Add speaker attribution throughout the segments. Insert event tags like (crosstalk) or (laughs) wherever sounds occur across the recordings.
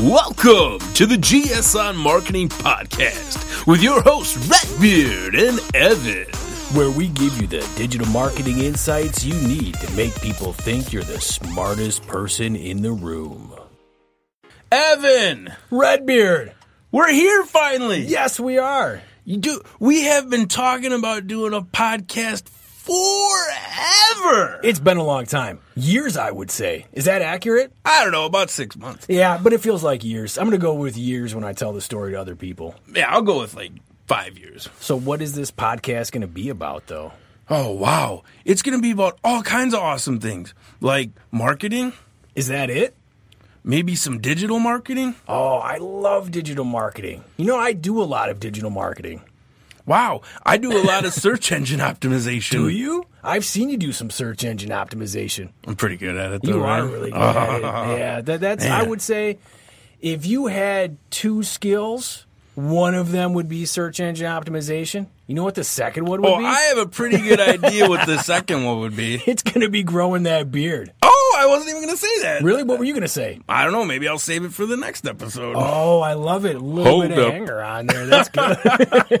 Speaker 1: Welcome to the GSON Marketing Podcast with your hosts, Redbeard and Evan.
Speaker 2: where we give you the digital marketing insights you need to make people think you're the smartest person in the room.
Speaker 1: Evan,
Speaker 2: Redbeard!
Speaker 1: we're here finally.
Speaker 2: Yes, we are.
Speaker 1: You do. We have been talking about doing a podcast forever.
Speaker 2: It's been a long time. Years, I would say. Is that accurate?
Speaker 1: I don't know, about six months.
Speaker 2: Yeah, but it feels like years. I'm going to go with years when I tell the story to other people.
Speaker 1: Yeah, I'll go with like five years.
Speaker 2: So, what is this podcast going to be about, though?
Speaker 1: Oh, wow. It's going to be about all kinds of awesome things like marketing,
Speaker 2: Is that it?
Speaker 1: maybe some digital marketing.
Speaker 2: Oh, I love digital marketing. You know, I do a lot of digital marketing.
Speaker 1: Wow, I do a lot (laughs) of search engine optimization.
Speaker 2: Do you? I've seen you do some search engine optimization.
Speaker 1: I'm pretty good at it, though.
Speaker 2: You
Speaker 1: right?
Speaker 2: are
Speaker 1: (laughs)
Speaker 2: really good at it. Yeah, that, that's. I
Speaker 1: Man.
Speaker 2: would say, if you had two skills, one of them would be search engine optimization. You know what the second one would
Speaker 1: Oh,
Speaker 2: be?
Speaker 1: I have a pretty good idea what the second one would
Speaker 2: (laughs)
Speaker 1: be.
Speaker 2: it's going to be growing that beard.
Speaker 1: Oh, I wasn't even going to say that.
Speaker 2: Really? What were you going to say?
Speaker 1: I don't know. Maybe I'll save it for the next episode.
Speaker 2: Oh, I love it. A little
Speaker 1: Hold
Speaker 2: bit of
Speaker 1: up.
Speaker 2: anger on there. That's good. (laughs)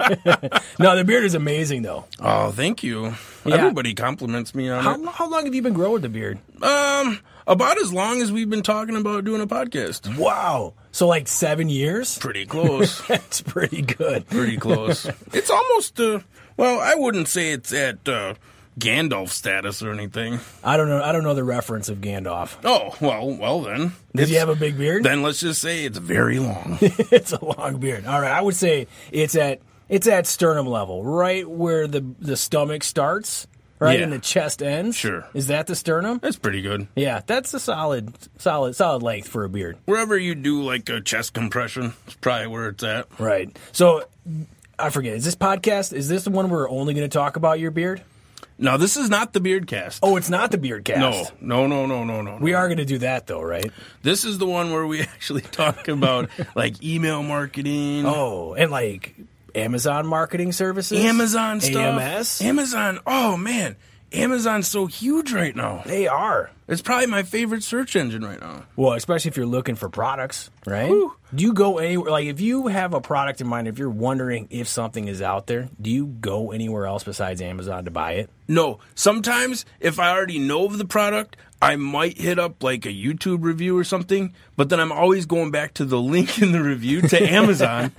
Speaker 2: no, the beard is amazing, though.
Speaker 1: Oh, thank you.
Speaker 2: Yeah.
Speaker 1: Everybody compliments me on
Speaker 2: How, how long have you been growing the beard?
Speaker 1: it. Um, about as long as we've been talking about doing a podcast.
Speaker 2: Wow. So, like seven years? (laughs)
Speaker 1: Pretty close.
Speaker 2: That's pretty good.
Speaker 1: pretty close. It's almost uh well, I wouldn't say it's at uh Gandalf status or anything.
Speaker 2: I don't know. I don't know the reference of Gandalf.
Speaker 1: Oh, well, well then.
Speaker 2: Does he
Speaker 1: It's-
Speaker 2: have a big beard?
Speaker 1: then let's just say it's very
Speaker 2: (laughs)
Speaker 1: long.
Speaker 2: it's a long beard. All right, I would say it's at it's at sternum level, right where the the stomach starts, right
Speaker 1: Yeah.
Speaker 2: and the chest ends.
Speaker 1: Sure.
Speaker 2: is that the sternum?
Speaker 1: That's pretty good.
Speaker 2: Yeah, that's a solid, solid, solid length for a beard.
Speaker 1: Wherever you do like a chest compression, it's probably where it's at.
Speaker 2: Right. So I forget. Is this podcast? Is this the one we're only going to talk about your beard?
Speaker 1: No, this is not the beard cast.
Speaker 2: Oh, it's not the beard cast.
Speaker 1: no, no, no, no, no, no.
Speaker 2: We are going to do that though, right?
Speaker 1: This is the one where we (laughs) actually talk
Speaker 2: (laughs)
Speaker 1: about like email marketing,
Speaker 2: Oh, and like Amazon marketing services,
Speaker 1: Amazon stuff,
Speaker 2: AMS.
Speaker 1: Amazon. Oh man, Amazon's so huge right now.
Speaker 2: they are.
Speaker 1: It's probably my favorite search engine right now.
Speaker 2: Well, especially if you're looking for products, right?
Speaker 1: Whew.
Speaker 2: Do you go anywhere? Like, if you have a product in mind, if you're wondering if something is out there, do you go anywhere else besides Amazon to buy it?
Speaker 1: No, sometimes if I already know of the product, I might hit up like a YouTube review or something, but then I'm always going back to the (laughs) link in the review to
Speaker 2: (laughs)
Speaker 1: Amazon,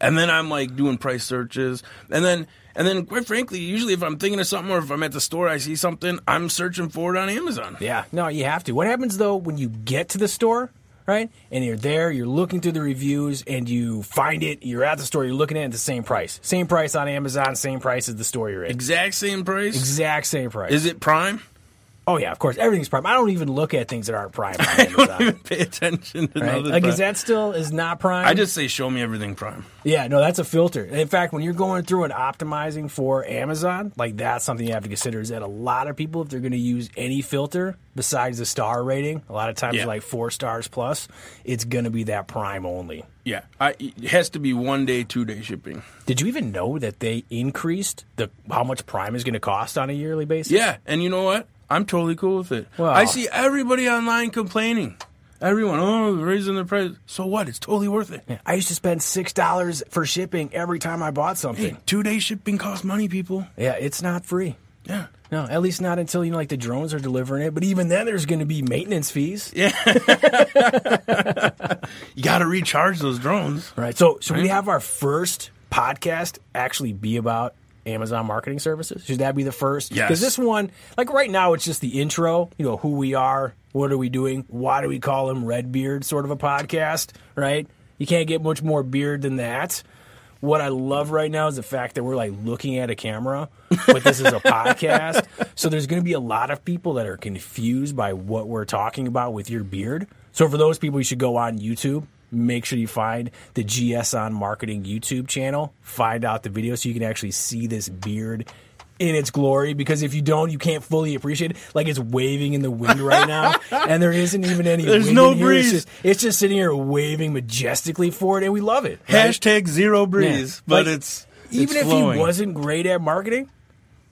Speaker 1: and then I'm like doing price searches, and then and then quite frankly, usually if I'm thinking of something or if I'm at the store, I see something, I'm searching for it on Amazon.
Speaker 2: Yeah. No, you have to. What happens though when you get to the store, right? And you're there, you're looking through the reviews, and you find it. You're at the store, you're looking at it at the same price, same price on Amazon, same price as the store you're in,
Speaker 1: Exact same price.
Speaker 2: exact same price.
Speaker 1: Is it Prime?
Speaker 2: oh yeah, of course, everything's prime. I don't even look at things that
Speaker 1: (laughs)
Speaker 2: aren't prime on Amazon.
Speaker 1: Don't even pay attention to
Speaker 2: right?
Speaker 1: another.
Speaker 2: Like,
Speaker 1: Prime.
Speaker 2: is that still is not prime?
Speaker 1: I just say show me everything Prime.
Speaker 2: Yeah, no, that's a filter. In fact, when you're going through and optimizing for Amazon, like that's something you have to consider is that a lot of people, if they're going to use any filter besides the star rating, a lot of times
Speaker 1: Yeah.
Speaker 2: like four stars plus, it's going to be that prime only.
Speaker 1: Yeah, I, it has to be one day, two day shipping.
Speaker 2: Did you even know that they increased the how much prime is going to cost on a yearly basis?
Speaker 1: Yeah, and you know what? I'm totally cool with it.
Speaker 2: Well-
Speaker 1: I see everybody online complaining. Everyone, oh, they're raising the price. So what? It's totally worth it.
Speaker 2: I used to spend six dollars for shipping every time I bought something.
Speaker 1: Two day shipping costs money, people.
Speaker 2: Yeah, it's not free.
Speaker 1: Yeah.
Speaker 2: No, at least not until you know, like the drones are delivering it. But even then, there's going to be maintenance fees.
Speaker 1: You got to recharge those drones.
Speaker 2: Right. So should we have our first podcast actually be about Amazon marketing services? Should that be the first?
Speaker 1: Yes.
Speaker 2: Because this one, like right now, it's just the intro. You know who we are, what are we doing, why do we call him Redbeard? Sort of a podcast, right? You can't get much more beard than that. What I love right now is the fact that we're like looking at a camera, but this is a podcast. So there's going to be a lot of people that are confused by what we're talking about with your beard. So for those people, you should go on YouTube. Make sure you find the GS on Marketing YouTube channel. Find out the video so you can actually see this beard in its glory. Because if you don't, you can't fully appreciate it. Like it's waving in the wind right
Speaker 1: (laughs)
Speaker 2: now, and there isn't even any.
Speaker 1: There's
Speaker 2: wind
Speaker 1: no
Speaker 2: in here.
Speaker 1: breeze.
Speaker 2: It's just- it's just sitting here waving majestically forward, and we love it. right?
Speaker 1: Hashtag zero breeze,
Speaker 2: Yeah.
Speaker 1: but
Speaker 2: Like,
Speaker 1: it's
Speaker 2: even if he wasn't great at marketing,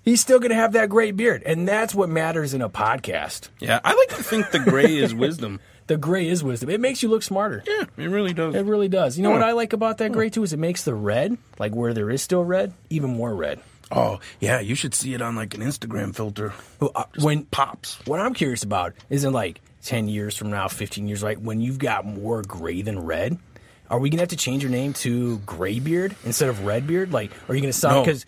Speaker 2: he's still going to have that great beard, and that's what matters in a podcast.
Speaker 1: Yeah, I like to think the gray is wisdom.
Speaker 2: The gray is wisdom. It makes you look smarter.
Speaker 1: (laughs) Yeah, it really does.
Speaker 2: It really does. You know what
Speaker 1: Huh.
Speaker 2: I like about that
Speaker 1: Hmm.
Speaker 2: gray too is it makes the red, like where there is still red, even more red.
Speaker 1: Oh, yeah, you should see it on like an Instagram filter.
Speaker 2: Well, uh, When
Speaker 1: Pops.
Speaker 2: what I'm curious about is in like ten years from now, fifteen years, like when you've got more gray than red, are we gonna have to change your name to Graybeard instead of Redbeard? Like, are you gonna
Speaker 1: No.
Speaker 2: stop because?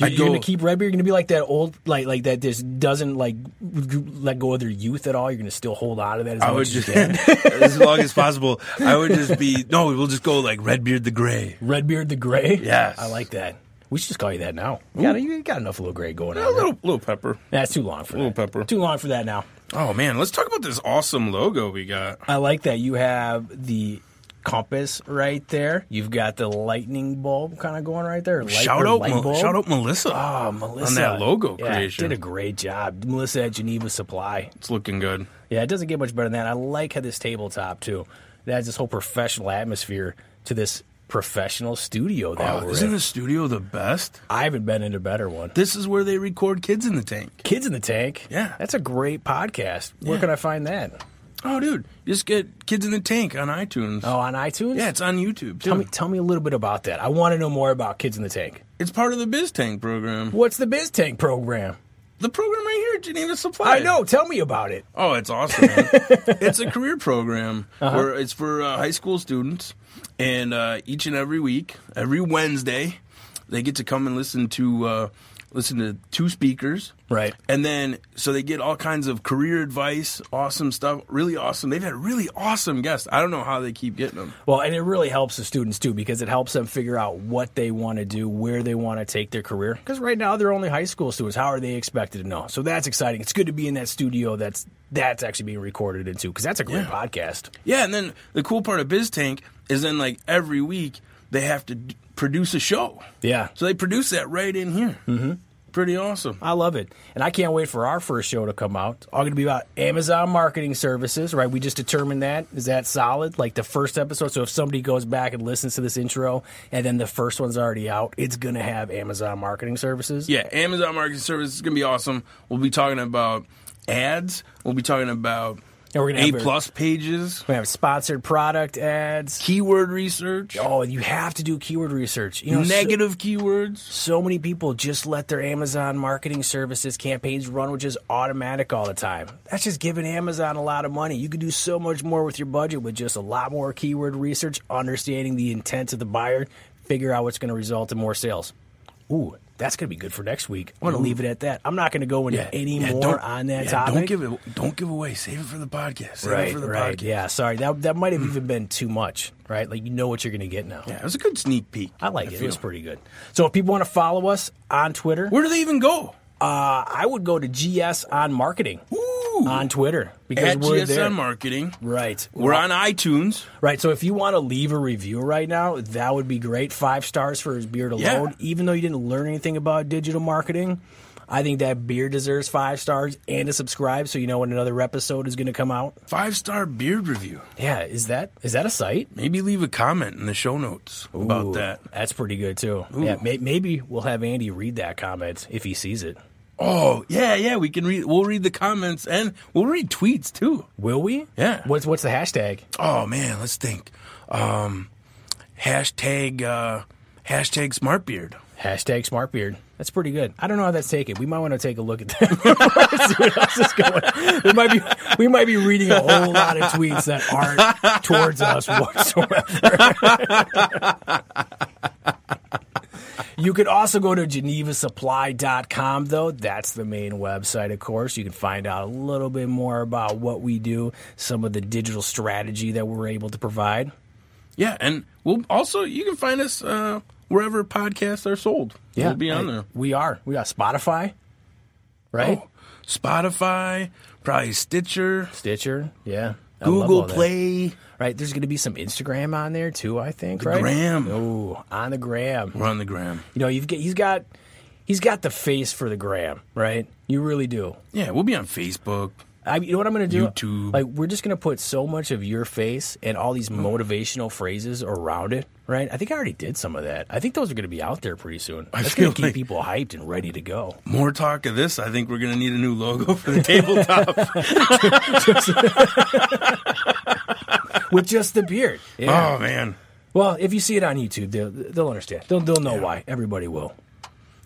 Speaker 2: You're,
Speaker 1: I'd
Speaker 2: you're
Speaker 1: go-
Speaker 2: gonna keep Redbeard. You're gonna be like that old, like like that. Just doesn't like let go of their youth at all. You're gonna still hold on to that. As
Speaker 1: I
Speaker 2: much
Speaker 1: would
Speaker 2: as you
Speaker 1: just,
Speaker 2: can.
Speaker 1: (laughs) as long as possible, I would just be, no, we'll just go like Redbeard the Gray.
Speaker 2: Redbeard the Gray.
Speaker 1: Yes.
Speaker 2: I like that. We should just call you that now. You got, you got enough little gray going on.
Speaker 1: A
Speaker 2: there.
Speaker 1: little, little pepper.
Speaker 2: That's too long for
Speaker 1: Little
Speaker 2: that.
Speaker 1: pepper.
Speaker 2: Too long for that now.
Speaker 1: Oh, man, let's talk about this awesome logo we got.
Speaker 2: I like that you have the compass right there. You've got the lightning bulb kind of going right there. Light,
Speaker 1: shout
Speaker 2: or
Speaker 1: out,
Speaker 2: light
Speaker 1: Mel-
Speaker 2: bulb.
Speaker 1: shout out Melissa.
Speaker 2: Oh, Melissa
Speaker 1: on that logo
Speaker 2: Yeah,
Speaker 1: creation.
Speaker 2: did a great job, Melissa at Geneva Supply.
Speaker 1: it's looking good.
Speaker 2: Yeah, it doesn't get much better than that. I like how this tabletop too. It adds this whole professional atmosphere to this professional studio that
Speaker 1: Oh,
Speaker 2: we're
Speaker 1: isn't
Speaker 2: in.
Speaker 1: the studio the best?
Speaker 2: I haven't been in a better one.
Speaker 1: This is where they record Kids in the Tank.
Speaker 2: Kids in the Tank.
Speaker 1: Yeah.
Speaker 2: That's a great podcast. Where
Speaker 1: Yeah.
Speaker 2: can I find that?
Speaker 1: Oh, dude, just get Kids in the Tank on iTunes.
Speaker 2: Oh, on iTunes?
Speaker 1: Yeah, it's on YouTube too.
Speaker 2: Tell me, tell me a little bit about that. I want to know more about Kids in the Tank.
Speaker 1: it's part of the Biz Tank program.
Speaker 2: What's the Biz Tank program?
Speaker 1: The program right here at Geneva Supply.
Speaker 2: I know. Tell me about it.
Speaker 1: Oh, it's awesome.
Speaker 2: (laughs)
Speaker 1: Man. it's a career program
Speaker 2: Uh-huh.
Speaker 1: where it's for uh, high school students, and uh, each and every week, every Wednesday, they get to come and listen to uh, listen to two speakers.
Speaker 2: Right.
Speaker 1: And then, so they get all kinds of career advice, awesome stuff, really awesome. They've had really awesome guests. I don't know how they keep getting them.
Speaker 2: Well, and it really helps the students too because it helps them figure out what they want to do, where they want to take their career. Because right now they're only high school students. How are they expected to know? So that's exciting. It's good to be in that studio that's that's actually being recorded into because that's a great podcast.
Speaker 1: Yeah, and then the cool part of Biz Tank is then, like, every week they have to d- produce a show.
Speaker 2: Yeah.
Speaker 1: So they produce that right in here. Mm-hmm. Pretty awesome.
Speaker 2: I love it. And I can't wait for our first show to come out. It's all going to be about Amazon marketing services, right? We just determined that. Is that solid? Like the first episode. So if somebody goes back and listens to this intro and then the first one's already out, it's going to have Amazon marketing services.
Speaker 1: Yeah, Amazon Marketing Services is going to be awesome. We'll be talking about ads. We'll be talking about
Speaker 2: And we're gonna
Speaker 1: A
Speaker 2: have a-
Speaker 1: plus pages,
Speaker 2: We have sponsored product ads.
Speaker 1: keyword research,
Speaker 2: Oh, you have to do keyword research. You know, so-
Speaker 1: negative keywords.
Speaker 2: So many people just let their Amazon marketing services campaigns run, which is automatic all the time. That's just giving Amazon a lot of money. You can do so much more with your budget with just a lot more keyword research, understanding the intent of the buyer, figure out what's going to result in more sales. Ooh, that's going to be good for next week. I'm going to leave it at that. I'm not going to go into any
Speaker 1: Yeah,
Speaker 2: more
Speaker 1: don't-
Speaker 2: on that
Speaker 1: yeah,
Speaker 2: topic.
Speaker 1: Don't give it. Don't give away. Save it for the podcast. Save it
Speaker 2: right,
Speaker 1: for the
Speaker 2: right.
Speaker 1: podcast. Mm.
Speaker 2: Yeah, sorry. That that might have even been too much, right? Like you know what you're going to get now.
Speaker 1: Yeah, it was a good sneak peek.
Speaker 2: I like it. It
Speaker 1: feel.
Speaker 2: was pretty good. So if people want to follow us on Twitter,
Speaker 1: Where do they even go?
Speaker 2: uh, I would go to GS on marketing
Speaker 1: Ooh,
Speaker 2: on Twitter because
Speaker 1: at
Speaker 2: we're
Speaker 1: GSM
Speaker 2: there.
Speaker 1: Marketing.
Speaker 2: right.
Speaker 1: We're on iTunes.
Speaker 2: Right. So if you want to leave a review right now, that would be great. Five stars for his beard
Speaker 1: Yeah.
Speaker 2: alone. Even though you didn't learn anything about digital marketing, I think that beard deserves five stars and to subscribe so you know when another episode is going to come out.
Speaker 1: Five star beard review.
Speaker 2: Yeah. Is that is that a site?
Speaker 1: Maybe leave a comment in the show notes about
Speaker 2: Ooh,
Speaker 1: that.
Speaker 2: That's pretty good too. Yeah. May, maybe we'll have Andy read that comment if he sees it.
Speaker 1: Oh yeah, yeah. We can read. We'll read the comments and we'll read tweets too.
Speaker 2: Will we?
Speaker 1: Yeah.
Speaker 2: What's what's the hashtag?
Speaker 1: Oh man, let's think. Um, hashtag uh, hashtag smartbeard.
Speaker 2: Hashtag SmartBeard. That's pretty good. I don't know how that's taken. We might want to take a look at that. (laughs) See what else is going. There might be, we might be reading a whole lot of tweets that aren't towards us whatsoever. (laughs) you could also go to GenevaSupply.com, though. That's the main website, of course. You can find out a little bit more about what we do, some of the digital strategy that we're able to provide.
Speaker 1: Yeah, and we'll also you can find us uh, wherever podcasts are sold. we'll be on
Speaker 2: I-
Speaker 1: there.
Speaker 2: We are. We got Spotify, right?
Speaker 1: Oh, Spotify, probably Stitcher,
Speaker 2: Stitcher, yeah. I love all
Speaker 1: Google
Speaker 2: that.
Speaker 1: Play.
Speaker 2: right? There's going to be some Instagram on there too, I think, right?
Speaker 1: gram.
Speaker 2: Oh, on the gram.
Speaker 1: We're on the gram.
Speaker 2: You know, you've get, he's got he's got the face for the gram, right? You really do.
Speaker 1: Yeah, we'll be on Facebook.
Speaker 2: I, you know what I'm going to do?
Speaker 1: YouTube.
Speaker 2: Like we're just going to put so much of your face and all these motivational phrases around it, right? I think I already did some of that. I think those are going to be out there pretty soon. That's going
Speaker 1: feel
Speaker 2: to keep
Speaker 1: like-
Speaker 2: people hyped and ready to go.
Speaker 1: More talk of this. I (laughs) think we're gonna need a new logo for the tabletop.
Speaker 2: with just the
Speaker 1: (laughs)
Speaker 2: beard. (laughs) Yeah.
Speaker 1: Oh man,
Speaker 2: Well, if you see it on YouTube, they'll, they'll understand. They'll, they'll know why. Everybody will.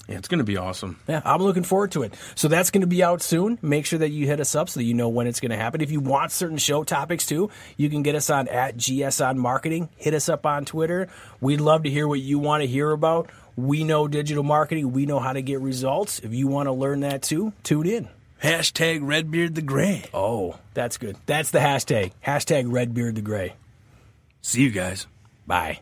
Speaker 1: yeah, it's gonna be awesome.
Speaker 2: Yeah, I'm looking forward to it. So that's going to be out soon. Make sure that you hit us up so that you know when it's going to happen. If you want certain show topics too, you can get us on at GS on Marketing. Hit us up on Twitter. We'd love to hear what you want to hear about. We know digital marketing. We know how to get results. If you want to learn that too, tune in.
Speaker 1: Hashtag Redbeard the Gray.
Speaker 2: Oh, that's good. That's the hashtag. Hashtag Redbeard the Gray.
Speaker 1: See you guys.
Speaker 2: Bye.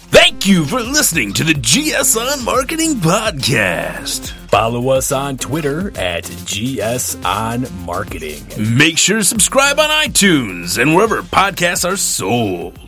Speaker 3: Thank you for listening to the GSN Marketing Podcast.
Speaker 2: Follow us on Twitter at GS on Marketing.
Speaker 3: Make sure to subscribe on iTunes and wherever podcasts are sold.